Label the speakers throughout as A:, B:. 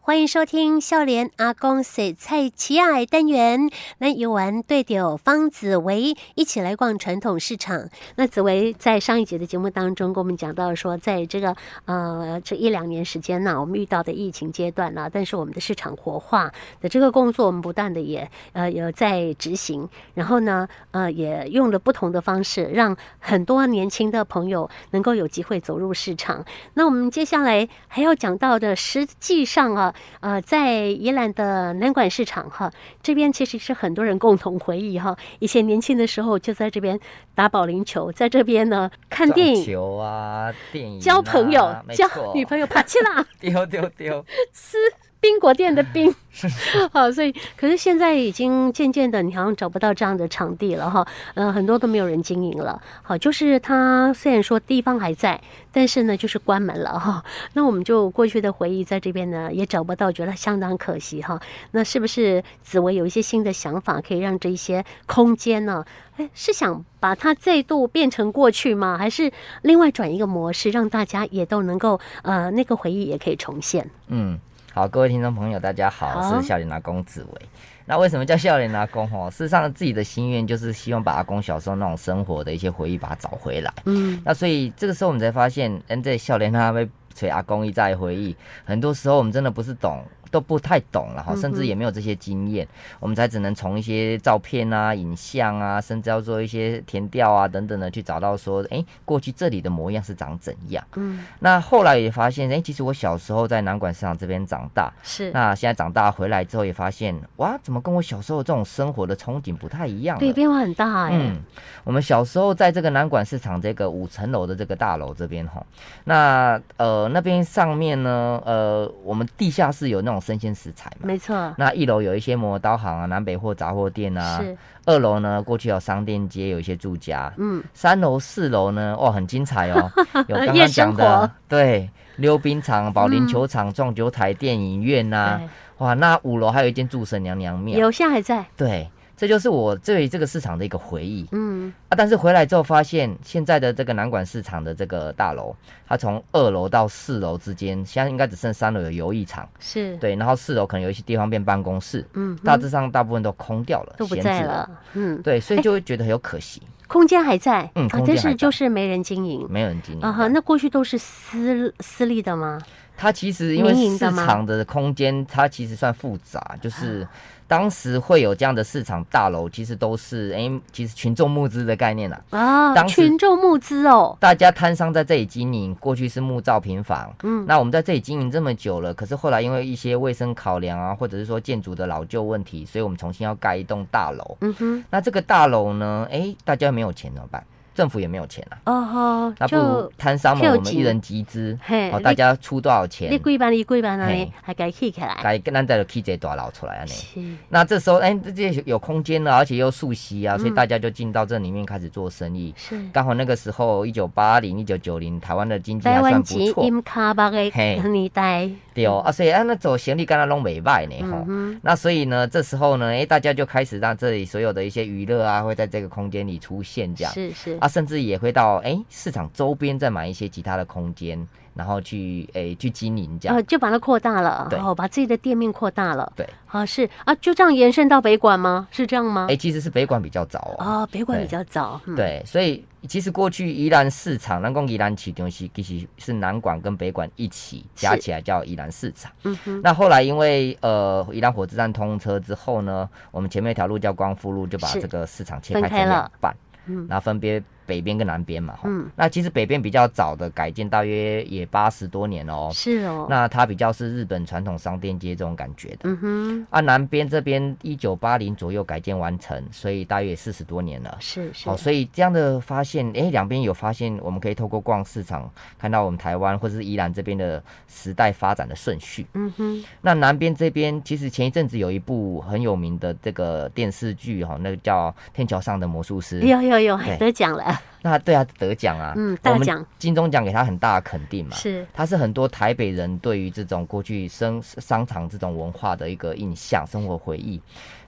A: 欢迎收听笑莲阿公洗菜奇爱单元。那游玩对友方紫薇一起来逛传统市场。那紫薇在上一节的节目当中跟我们讲到说，在这个呃这一两年时间呢、我们遇到的疫情阶段呢、但是我们的市场活化的这个工作，我们不断的也呃有在执行，然后呢呃也用了不同的方式，让很多年轻的朋友能够有机会走入市场。那我们接下来还要讲到的，实际上啊，呃，在宜兰的南管市场哈，这边其实是很多人共同回忆哈，以前年轻的时候就在这边打保龄球，在这边呢看电
B: 撞
A: 影。
B: 球啊，电影、啊、
A: 交朋友，
B: 没
A: 交
B: 错
A: 女朋友，帕奇拉
B: 丢丢 丢，
A: 冰果店的冰， 好，所以可是现在已经渐渐的，你好像找不到这样的场地了哈，呃，很多都没有人经营了。好，就是它虽然说地方还在，但是呢，就是关门了哈。那我们就过去的回忆在这边呢也找不到，觉得相当可惜哈。那是不是紫薇有一些新的想法，可以让这些空间呢？哎，是想把它再度变成过去吗？还是另外转一个模式，让大家也都能够呃那个回忆也可以重现？
B: 嗯，好，各位听众朋友，大家好，
A: 好
B: 我是笑脸阿公紫薇。那为什么叫笑脸阿公？哦，事实上自己的心愿就是希望把阿公小时候那种生活的一些回忆把它找回来。
A: 嗯，
B: 那所以这个时候我们才发现，嗯，这笑脸他被捶阿公一再回忆，很多时候我们真的不是懂。都不太懂了哈，甚至也没有这些经验，我们才只能从一些照片啊、影像啊，甚至要做一些填调啊等等的，去找到说，哎、过去这里的模样是长怎样。
A: 嗯，
B: 那后来也发现，哎、其实我小时候在南管市场这边长大，
A: 是。
B: 那现在长大回来之后也发现，哇，怎么跟我小时候这种生活的憧憬不太一样了？
A: 对，变化很大哎、
B: 嗯，我们小时候在这个南管市场这个五层楼的这个大楼这边哈，那呃那边上面呢，呃我们地下室有那种生鲜食材嘛，
A: 没错，
B: 那一楼有一些磨刀行啊、南北货杂货店啊，
A: 是，
B: 二楼呢过去有商店街，有一些住家，
A: 嗯，
B: 三楼、四楼呢，哦，很精彩 哦，有刚
A: 夜生
B: 刚讲
A: 活嗯
B: 的，对，溜冰场、保龄球场、撞球台、电影院呐、哇，那五楼还有一间祝神娘娘
A: 对
B: 庙，
A: 有现在还在，
B: 对，这就是我对这个市场的一个回忆。
A: 嗯，
B: 啊，但是回来之后发现，现在的这个南管市场的这个大楼，它从二楼到四楼之间，现在应该只剩三楼有游艺场，
A: 是，
B: 对，然后四楼可能有一些地方变办公室，
A: 嗯，
B: 大致上大部分都空掉了，
A: 都不
B: 闲
A: 在
B: 置
A: 了，嗯，
B: 对，所以就会觉得很有可惜，
A: 空间还在，
B: 嗯
A: 啊
B: 空间
A: 但
B: 还
A: 是
B: 在嗯
A: 就是没人经营，
B: 没有人经
A: 啊哈，
B: 营。
A: 那过去都是私私立的吗？
B: 它其实因为
A: 民营
B: 市
A: 的吗
B: 场的空间，它其实算复杂，就是当时会有这样的市场大楼，其实都是哎、其实群众募资的概念啦、
A: 啊，
B: 当时
A: 群众募资哦，
B: 大家摊商在这里经营，过去是木造平房，
A: 嗯
B: 嗯，那我们在这里经营这么久了，可是后来因为一些卫生考量啊，或者是说建筑的老旧问题，所以我们重新要盖一栋大楼。
A: 嗯哼，
B: 那这个大楼呢，哎、大家没有钱怎么办？政府也没有钱啊，
A: 哦
B: 那
A: 吼，
B: 不如
A: 就
B: 摊商
A: 票
B: 们我们
A: 集
B: 一人集资，
A: 嘿
B: 好，
A: 你
B: 大家出多少
A: 你
B: 钱，
A: 贵班你贵班那里
B: 嘿
A: 还改起起来，
B: 该咱再就起这大楼出来啊呢。
A: 是，
B: 那这时候，哎、这些有空间了，而且又熟悉啊，所以大家就进到这里面开始做生意。
A: 嗯是，
B: 刚好那个时候，一九八零、一九九零，台湾的经济还
A: 台
B: 算
A: 湾
B: 不
A: 籍
B: 错。
A: 因卡巴的
B: 嘿
A: 年代，
B: 对哦，啊，所以啊，那走行李干那拢袂歹呢吼
A: 嗯。哼，
B: 那所以呢，这时候呢，诶，大家就开始让这里所有的一些娱乐啊，会在这个空间里出现这样。
A: 是是，
B: 啊，甚至也会到诶市场周边再买一些其他的空间，然后去诶去经营这
A: 然
B: 样
A: 后。呃就把它扩大了，
B: 对
A: 然后把自己的店面扩大了。
B: 对，
A: 啊，是啊，就这样延伸到北馆吗？是这样吗？
B: 诶，其实是北馆比较早哦。
A: 哦，北馆比
B: 哎对
A: 较早，嗯，
B: 对，所以其实过去宜兰市场，南宫宜兰起东西，其实是南馆跟北馆一起加
A: 是
B: 起来叫宜兰市场。
A: 嗯哼，
B: 那后来因为呃宜兰火车站通车之后呢，我们前面一条路叫光复路，就把
A: 是
B: 这个市场切
A: 分
B: 开
A: 开
B: 成
A: 了
B: 两半，
A: 嗯
B: 然后分别北边跟南边嘛。吼
A: 嗯，
B: 那其实北边比较早的改建，大约也八十多年哦。
A: 是哦，
B: 那它比较是日本传统商店街这种感觉的。
A: 嗯哼，
B: 啊，南边这边一九八零左右改建完成，所以大约四十多年了。
A: 是是
B: 好，，所以这样的发现，诶，两边有发现，我们可以透过逛市场看到我们台湾或者是宜兰这边的时代发展的顺序。
A: 嗯哼，
B: 那南边这边，其实前一阵子有一部很有名的这个电视剧哈，那个叫《天桥上的魔术师》。
A: 有有有，还
B: 对
A: 得奖了，
B: 那对啊，得奖啊，
A: 哎嗯大奖，
B: 金钟奖给他很大的肯定嘛。
A: 是
B: 他是很多台北人对于这种过去生商场这种文化的一个印象、生活回忆。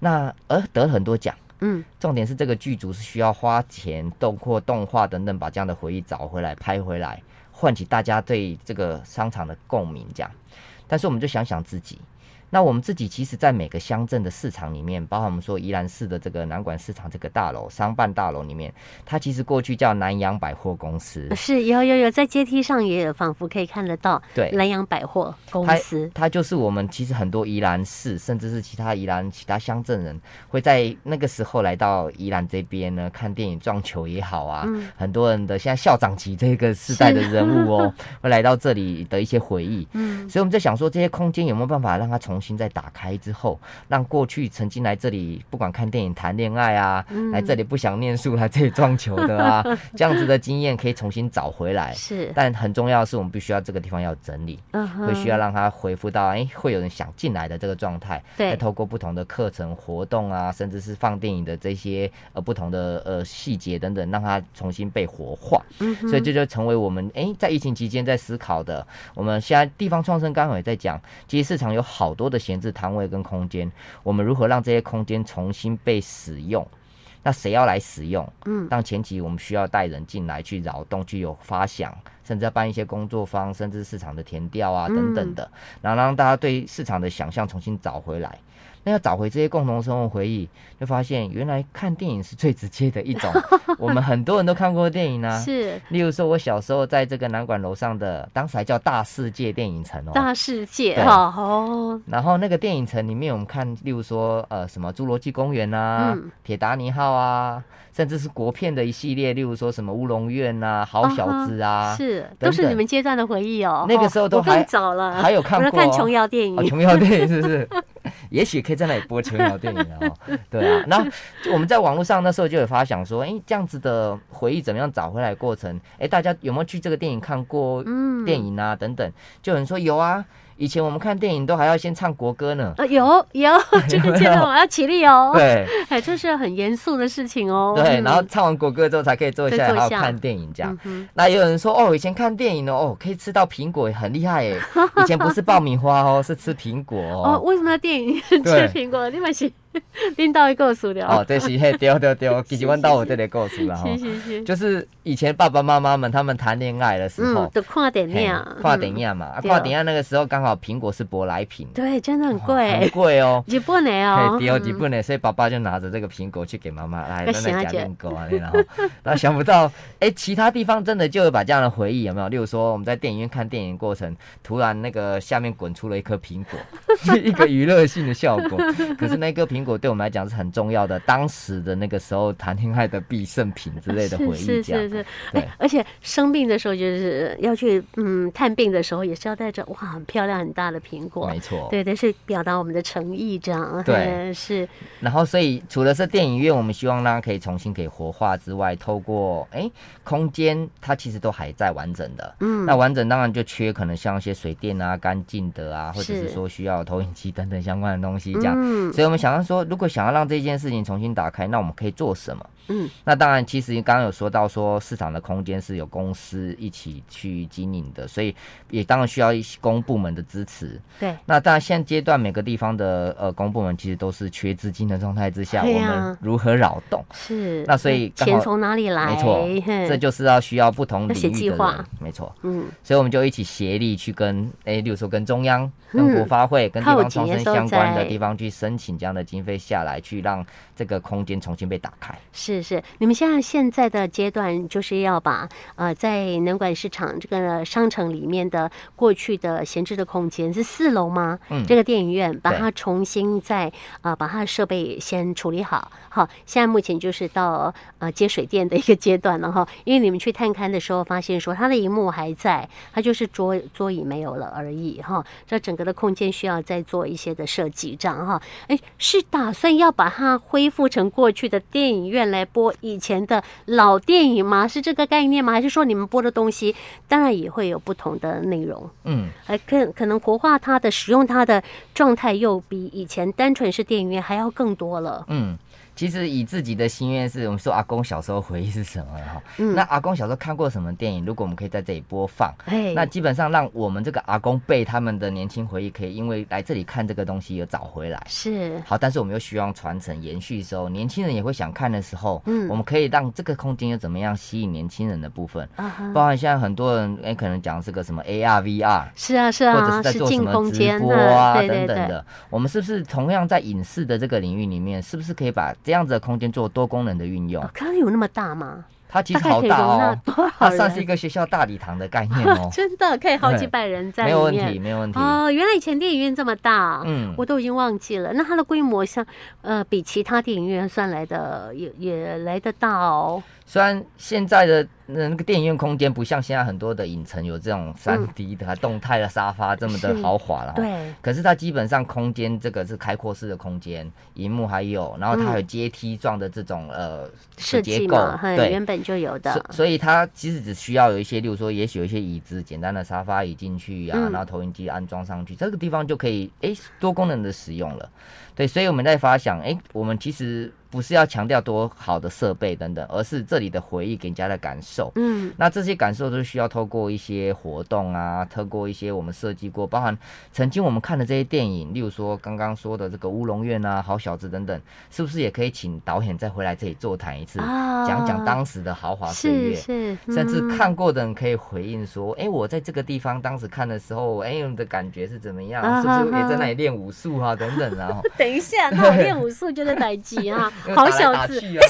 B: 那而得了很多奖，
A: 嗯，
B: 重点是这个剧组是需要花钱、动或动画等等，把这样的回忆找回来、拍回来，唤起大家对这个商场的共鸣，这样。但是我们就想想自己。那我们自己其实，在每个乡镇的市场里面，包括我们说宜兰市的这个南管市场这个大楼商办大楼里面，它其实过去叫南洋百货公司，
A: 是有有有，在阶梯上也仿佛可以看得到
B: 对，
A: 南洋百货公司，
B: 它就是我们其实很多宜兰市，甚至是其他宜兰其他乡镇人，会在那个时候来到宜兰这边呢，看电影、撞球也好啊，
A: 嗯
B: 很多人的现在校长级这个世代的人物 哦，会来到这里的一些回忆。
A: 嗯，
B: 所以我们在想说，这些空间有没有办法让它重新再打开之后，让过去曾经来这里不管看电影、谈恋爱啊，
A: 嗯
B: 来这里不想念书、来这里撞球 的啊，这样子的经验可以重新找回来。
A: 是，
B: 但很重要的是，我们必须要这个地方要整理，
A: 嗯
B: 会需
A: 哼，
B: 要让它恢复到哎、会有人想进来的这个状态，再
A: 对，
B: 透过不同的课程活动啊，甚至是放电影的这些呃不同的呃细节等等，让它重新被活化。
A: 嗯哼
B: 所以这就成为我们哎、在疫情期间在思考的。我们现在地方创生刚好也在讲，其实市场有好多的闲置摊位跟空间，我们如何让这些空间重新被使用？那谁要来使用？
A: 嗯，
B: 但前期我们需要带人进来去扰动、去有发想，甚至要办一些工作坊，甚至市场的填调
A: 嗯
B: 啊等等的，然后让大家对市场的想象重新找回来。那要找回这些共同生活回忆，就发现原来看电影是最直接的 一种。我们很多人都看过电影啊，
A: 是
B: 例如说，我小时候在这个南馆楼上的，当时还叫大世界电影城哦。
A: 大世界
B: 对
A: 哦，哦，
B: 然后那个电影城里面，我们看，例如说，呃，什么《侏罗纪公园》啊，
A: 嗯
B: 铁达尼号》啊，甚至是国片的一系列，例如说什么《乌龙院》啊，《好小子》啊，
A: 是，
B: 等
A: 都是你
B: 等
A: 们阶段的回忆哦。
B: 那个时候
A: 哦
B: 都
A: 我更
B: 还
A: 早了，
B: 还有看
A: 我在
B: 过
A: 看
B: 哦
A: 琼瑶电
B: 哦，
A: 影，
B: 琼瑶电影是不是？ 也许可以在那里播琼瑶电影啊、 哦，对啊。然后我们在网络上那时候就有发想说，哎、这样子的回忆怎么样找回来的过程？哎、大家有没有去这个电影看过
A: 嗯
B: 电影啊等等？就有人说有啊，以前我们看电影都还要先唱国歌呢。
A: 啊，有 有，这个阶段我要起立哦。
B: 对
A: 哎，这是很严肃的事情哦。
B: 对，
A: 嗯
B: 然后唱完国歌之后才可以坐下
A: 再
B: 来，
A: 坐
B: 还有
A: 下
B: 看电影这样
A: 嗯。哼
B: 那也有人说哦，以前看电影哦，哦可以吃到苹果，很厉 害耶。以前不是爆米花哦，是吃苹果
A: 哦，
B: 哦。
A: 为什么要电影吃
B: 对
A: 苹果？你们是 拎到一个塑料。
B: 哦，对，是嘿，丢丢 丢，已经问到我这里够数了哦哈
A: 是。是是，
B: 就是以前爸爸妈妈们他们谈恋爱的时
A: 嗯
B: 候，，
A: 都跨点
B: 哦嘿
A: 亮，
B: 跨点
A: 嗯，
B: 亚嘛，啊
A: 对
B: 跨点亚那个时候刚好苹果是舶来品，
A: 嗯对，真的很
B: 哦很
A: 贵，
B: 贵哦。
A: 日本的哦
B: 嘿，，对哦，日本的，所以爸爸就拿着这个苹果去给妈妈，来，
A: 个
B: 咱来
A: 小
B: 夹
A: 姐
B: 面狗啊，然后， 然后想不到，哎，其他地方真的就有把这样的回忆有没有？例如说我们在电影院看电影过程，突然那个下面滚出了一颗苹果， 是一个娱乐性的效果。 可是那颗苹果对我们来讲是很重要的，当时的那个时候谈恋爱的必胜品之类
A: 是
B: 的回忆，
A: 是
B: 这样
A: 是。是，
B: 对
A: 哎，而且生病的时候就是要去嗯探病的时候，也是要带着哇很漂亮很大的苹果
B: 没，错，
A: 对对，是表达我们的诚意这样，
B: 对
A: 嗯是
B: 然后所以除了是电影院，我们希望大家可以重新给活化之外，透过哎空间，它其实都还在完整的。
A: 嗯
B: 那完整当然就缺可能像一些水电啊、干净的啊，或者
A: 是
B: 是说需要投影机等等相关的东西这样。
A: 嗯
B: 所以我们想要说，如果想要让这件事情重新打开，那我们可以做什么？
A: 嗯，
B: 那当然，其实刚刚有说到说市场的空间是有公司一起去经营的，所以也当然需要一些公部门的支持。
A: 对。
B: 那当然，现阶段每个地方的呃公部门其实都是缺资金的状态之下，
A: 对
B: 我
A: 哎呀
B: 们如何扰动？
A: 是，
B: 那所以
A: 嗯
B: 刚
A: 钱
B: 好
A: 从哪里来？
B: 没错，
A: 嘿
B: 这就是要需要不同
A: 要
B: 领
A: 写计
B: 域的
A: 划
B: 人，没错。
A: 嗯，
B: 所以我们就一起协力去跟，诶，例如说跟中央、
A: 嗯
B: 跟国发会、跟地
A: 靠
B: 方
A: 紧
B: 创
A: 的
B: 生
A: 时候
B: 相关的
A: 在
B: 地方去申请这样的经费下来，去让这个空间重新被打开。
A: 是是，你们现在现在的阶段就是要把呃，在南管市场这个商城里面的过去的闲置的空间是四楼吗？
B: 嗯
A: 这个电影院把
B: 对
A: 它重新再呃把它的设备先处理好，好，现在目前就是到呃接水电的一个阶段了哈， 因为你们去探勘的时候发现说它的荧幕还在，它就是桌桌椅没有了而已哈，这整个的空间需要再做一些的设计这样哈，哎，是打算要把它恢复成过去的电影院来播以前的老电影吗？是这个概念吗？还是说你们播的东西当然也会有不同的内容？
B: 嗯，
A: 还可可能活化它的使用它的状态又比以前单纯是电影院还要更多了。
B: 嗯，其实以自己的心愿是，我们说阿公小时候回忆是什么哈？
A: 嗯
B: 那阿公小时候看过什么电影？如果我们可以在这里播放，
A: 哎，
B: 那基本上让我们这个阿公辈他们的年轻回忆，可以因为来这里看这个东西而找回来。
A: 是
B: 好，但是我们又希望传承延续的时候，年轻人也会想看的时候，
A: 嗯
B: 我们可以让这个空间又怎么样吸引年轻人的部分，
A: 啊哈，
B: 包含现在很多人哎、可能讲这个什么 AR、VR，
A: 是啊是
B: 或者
A: 啊，
B: 是在
A: 是
B: 做什
A: 进
B: 么
A: 空
B: 直
A: 间
B: 播啊
A: 对
B: 等
A: 对
B: 等
A: 对，
B: 的，我们是不是同样在影视的这个领域里面，是不是可以把这样子的空间做多功能的运用
A: 哦？刚刚有那么大吗？
B: 它其
A: 大
B: 实
A: 概
B: 好
A: 可以容
B: 大
A: 纳
B: 哦，
A: 多少
B: 它算是一
A: 人？
B: 个学校大礼堂的概念哦，
A: 真的可以好几
B: 对
A: 百人 在
B: 没有
A: 里
B: 问
A: 面
B: 题，。没有问题。
A: 哦，原来以前电影院这么大，
B: 嗯
A: 我都已经忘记了。那它的规模像，呃，比其他电影院算来的也也来得大哦。
B: 虽然现在的呃那个电影院空间不像现在很多的影城有这种三 D 的啊、动态的沙发这么的嗯
A: 是
B: 豪华了，。
A: 对，
B: 可是它基本上空间这个是开阔式的空间，荧幕还有，然后它还有阶梯状的这种、呃
A: 设
B: 结
A: 计
B: 构
A: 嘛，，嘿
B: 对，
A: 原本就有
B: 所
A: 的。
B: 所以它其实只需要有一些，例如说，也许有一些椅子、简单的沙发椅进去呀、
A: 嗯
B: 然后投影机安装上去，这个地方就可以诶多功能的使用了。对，所以我们在发想，诶，我们其实不是要强调多好的设备等等，而是这里的回忆给人家的感受。
A: 嗯，
B: 那这些感受都需要透过一些活动啊，透过一些我们设计过，包含曾经我们看的这些电影，例如说刚刚说的这个《乌龙院》啊，《好小子》等等，是不是也可以请导演再回来这里座谈一次，
A: 啊
B: 讲讲当时的豪华岁
A: 是
B: 月？
A: 是，
B: 甚至
A: 嗯
B: 看过的人可以回应说：“哎、我在这个地方当时看的时候，哎、我的感觉是怎么样？
A: 啊
B: 是不
A: 哈
B: 是
A: 哈
B: 也在那里练武 术啊？等等啊，吼
A: 等一下，那我练武术就在打击啊
B: 因，为打
A: 好
B: 来
A: 小
B: 打
A: 子。
B: 去啊，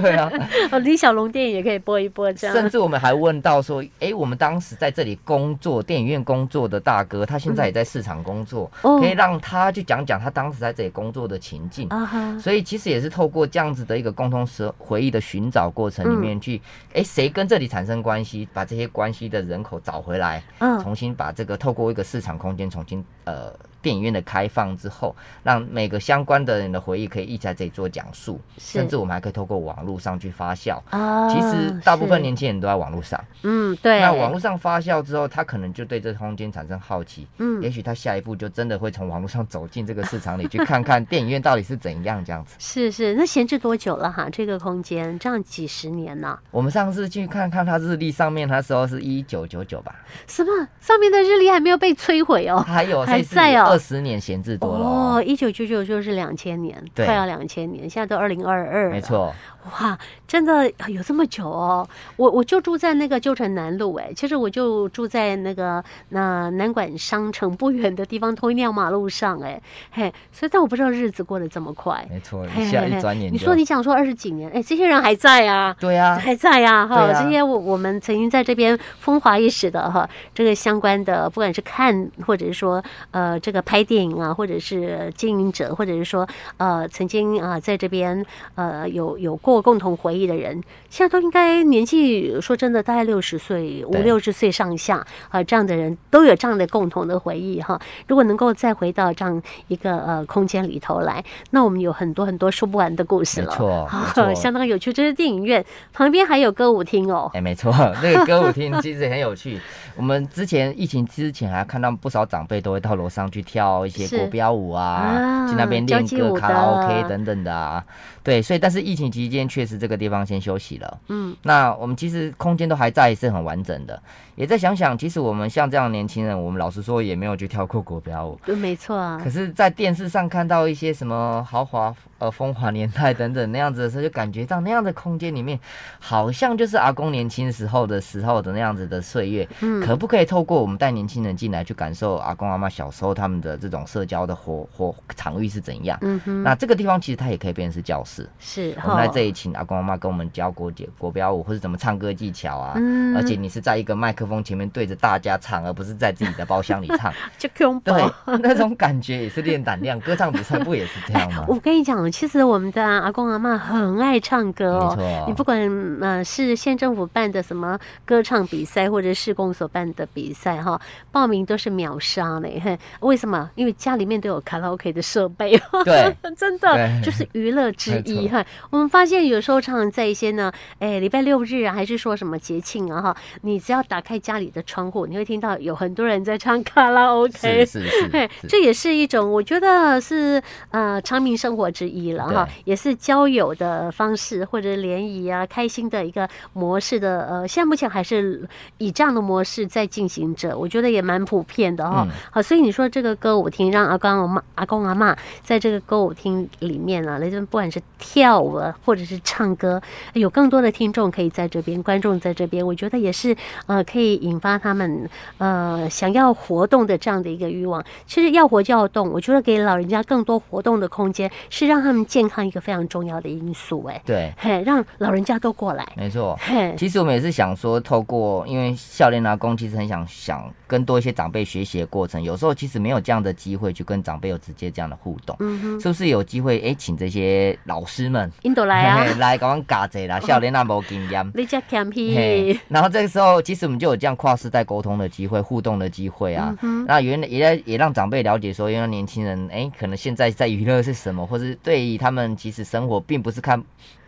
B: 对啊。
A: 哦，李小龙电影也可以播一播这
B: 甚
A: 样。
B: 至我们还问到说：，哎、我们当时在这里工作，电影院工作的大哥，他现在也在市场工作，
A: 哦
B: 可以让他去讲讲他当时在这里工作的情境。
A: 啊哈，
B: 所以其实也是透过这样子的一个共同时回忆的寻找过程里
A: 嗯
B: 面去，哎、谁跟这里产生关系，把这些关系的人口找回来，
A: 嗯，
B: 重新把这个透过一个市场空间重新呃电影院的开放之后，让每个相关的人的回忆可以一起在这里做讲述，
A: 是
B: 甚至我们还可以透过网络上去发酵。
A: 啊，
B: 其实大部分
A: 是
B: 年轻人都在网络上，
A: 嗯对，
B: 那网络上发酵之后，他可能就对这空间产生好奇，
A: 嗯
B: 也许他下一步就真的会从网络上走进这个市场里去看看电影院到底是怎样这样子。
A: 是是，那闲置多久了哈？这个空间这样几十年呢、
B: 我们上次去看看他日历上面，那时候是一九九九吧，
A: 什么上面的日历还没有被摧毁哦？
B: 还有
A: 还
B: 这是
A: 在哦
B: 二十年闲置多了
A: 哦，
B: 哦，
A: 一九九九就是两千年，
B: 对
A: 快要两千年，现在都二零二二，
B: 没。错。
A: 哇，真的有这么久哦！我我就住在那个旧城南路，哎，其实我就住在那个那南馆商城不远的地方，同一条马路上，哎嘿，所以但我不知道日子过得这么快。
B: 没错，
A: 嘿
B: 一嗯下
A: 嘿嘿
B: 一转眼就。
A: 你说你讲说二十几年，哎，这些人还在啊，
B: 对啊，
A: 还在呀、哈、
B: 对啊
A: 这些我我们曾经在这边风华一时的哈，这个相关的，不管是看或者是说呃这个拍电影啊，或者是经营啊者，或者是说呃曾经啊、在这边呃有有过共同回忆的人，现在都应该年纪说真的大概六十岁五
B: 对
A: 六十岁上下啊、这样的人都有这样的共同的回忆哈。如果能够再回到这样一个呃空间里头来，那我们有很多很多说不完的故事
B: 没
A: 了。
B: 错，哦没
A: 好，
B: 错。
A: 相当有趣。这是电影院旁边还有歌舞厅哦。
B: 哎，没错，那个歌舞厅其实很有趣。我们之前疫情之前还看到不少长辈都会到楼上去跳一些
A: 是
B: 国标舞啊
A: 啊，
B: 去那边
A: 交
B: 练
A: 际
B: 歌、
A: 舞
B: 卡拉
A: 的
B: OK 等等的啊。对，所以但是疫情期间确实这个地方先休息了。
A: 嗯，
B: 那我们其实空间都还在，是很完整的。也再想想，其实我们像这样的年轻人，我们老实说也没有去跳过国标舞。
A: 对没错啊
B: 可。是，在电视上看到一些什么豪华、呃风华年代等等那样子的时候，就感觉到那样的空间里面，好像就是阿公年轻时候的时候的那样子的岁月。
A: 嗯
B: 可不可以透过我们带年轻人进来，去感受阿公阿妈小时候他们的这种社交的活活场域是怎样？
A: 嗯哼，哦
B: 那这个地方其实它也可以变成是教室。
A: 是
B: 我们在
A: 哈。
B: 这里请阿公阿妈跟我们教国节国标舞或者怎么唱歌技巧啊，
A: 嗯
B: 而且你是在一个麦克风前面对着大家唱，而不是在自己的包厢里唱。
A: 就恐怖
B: 对， 那种感觉也是练胆量，歌唱比赛不也是这样吗？
A: 我跟你讲，其实我们的阿公阿妈很爱唱歌
B: 没
A: 哦
B: 错。
A: 你不管呃是县政府办的什么歌唱比赛，或者市公所办的比赛哈，报名都是秒杀嘞。嘿为什么？因为家里面都有卡拉 OK 的设备。
B: 对，
A: 真的
B: 对
A: 就是娱乐之一
B: 没
A: 哈。我们发现有时候常常在一些呢，哎，礼拜六日啊，还是说什么节庆啊哈，你只要打开家里的窗户，你会听到有很多人在唱卡拉 OK
B: 是。是是
A: 嘿，
B: 嗯是
A: 这也是一种，我觉得是呃，长明生活之一一了哈，也是交友的方式或者联谊啊，开心的一个模式的呃，现在目前还是以这样的模式在进行着，我觉得也蛮普遍的哈、
B: 嗯
A: 好，所以你说这个歌舞厅让阿公阿妈阿公阿妈在这个歌舞厅里面呢、啊，来这边不管是跳舞啊或者是唱歌，有更多的听众可以在这边，观众在这边，我觉得也是呃，可以引发他们呃想要活动的这样的一个欲望。其实要活就要动，我觉得给老人家更多活动的空间，是让他们健康一个非常重要的因素。哎，
B: 对，
A: 嘿，让老人家都过来，
B: 没错。
A: 嘿，
B: 其实我们也是想说，透过因为笑脸阿公，其实很想想跟多一些长辈学习的过程。有时候其实没有这样的机会去跟长辈有直接这样的互动，
A: 嗯哼，
B: 是不是有机会？哎、请这些老师们
A: 印度来
B: 嘿
A: 啊，
B: 来给我们教 一下，笑脸阿无经验。
A: 你家 c a m p
B: 嘿，然后这个时候，其实我们就有这样跨世代沟通的机会、互动的机会啊。
A: 嗯
B: 那原来也在也让长辈了解说，原来年轻人哎，可能现在在娱乐是什么， 或是对于他们其实生活并不是看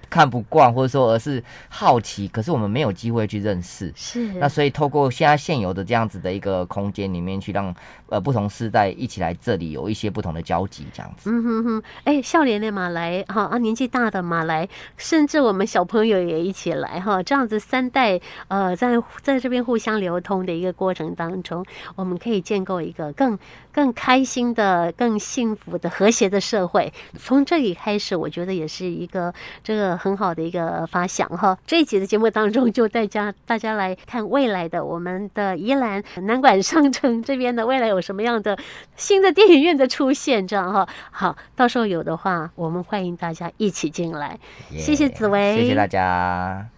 B: 看不惯，或者说而是好奇，可是我们没有机会去认识。
A: 是，
B: 那所以透过现在现有的这样子的一个空间里面去让呃不同世代一起来这里有一些不同的交集，这样子。
A: 嗯哼哼，哎，笑脸的马来哈啊，年纪大的马来，甚至我们小朋友也一起来哈，这样子三代呃，在在这边互相流通的一个过程当中，我们可以建构一个更更开心的、更幸福的、和谐的社会。从这里开始，我觉得也是一个这个很好的一个发想哈。这一集的节目当中，就带家大家来看未来的我们的宜兰南管商城这边的未来有什么样的新的电影院的出现，这样哈。好，嗯到时候有的话，我们欢迎大家一起进来。谢谢紫薇
B: 谢谢大家。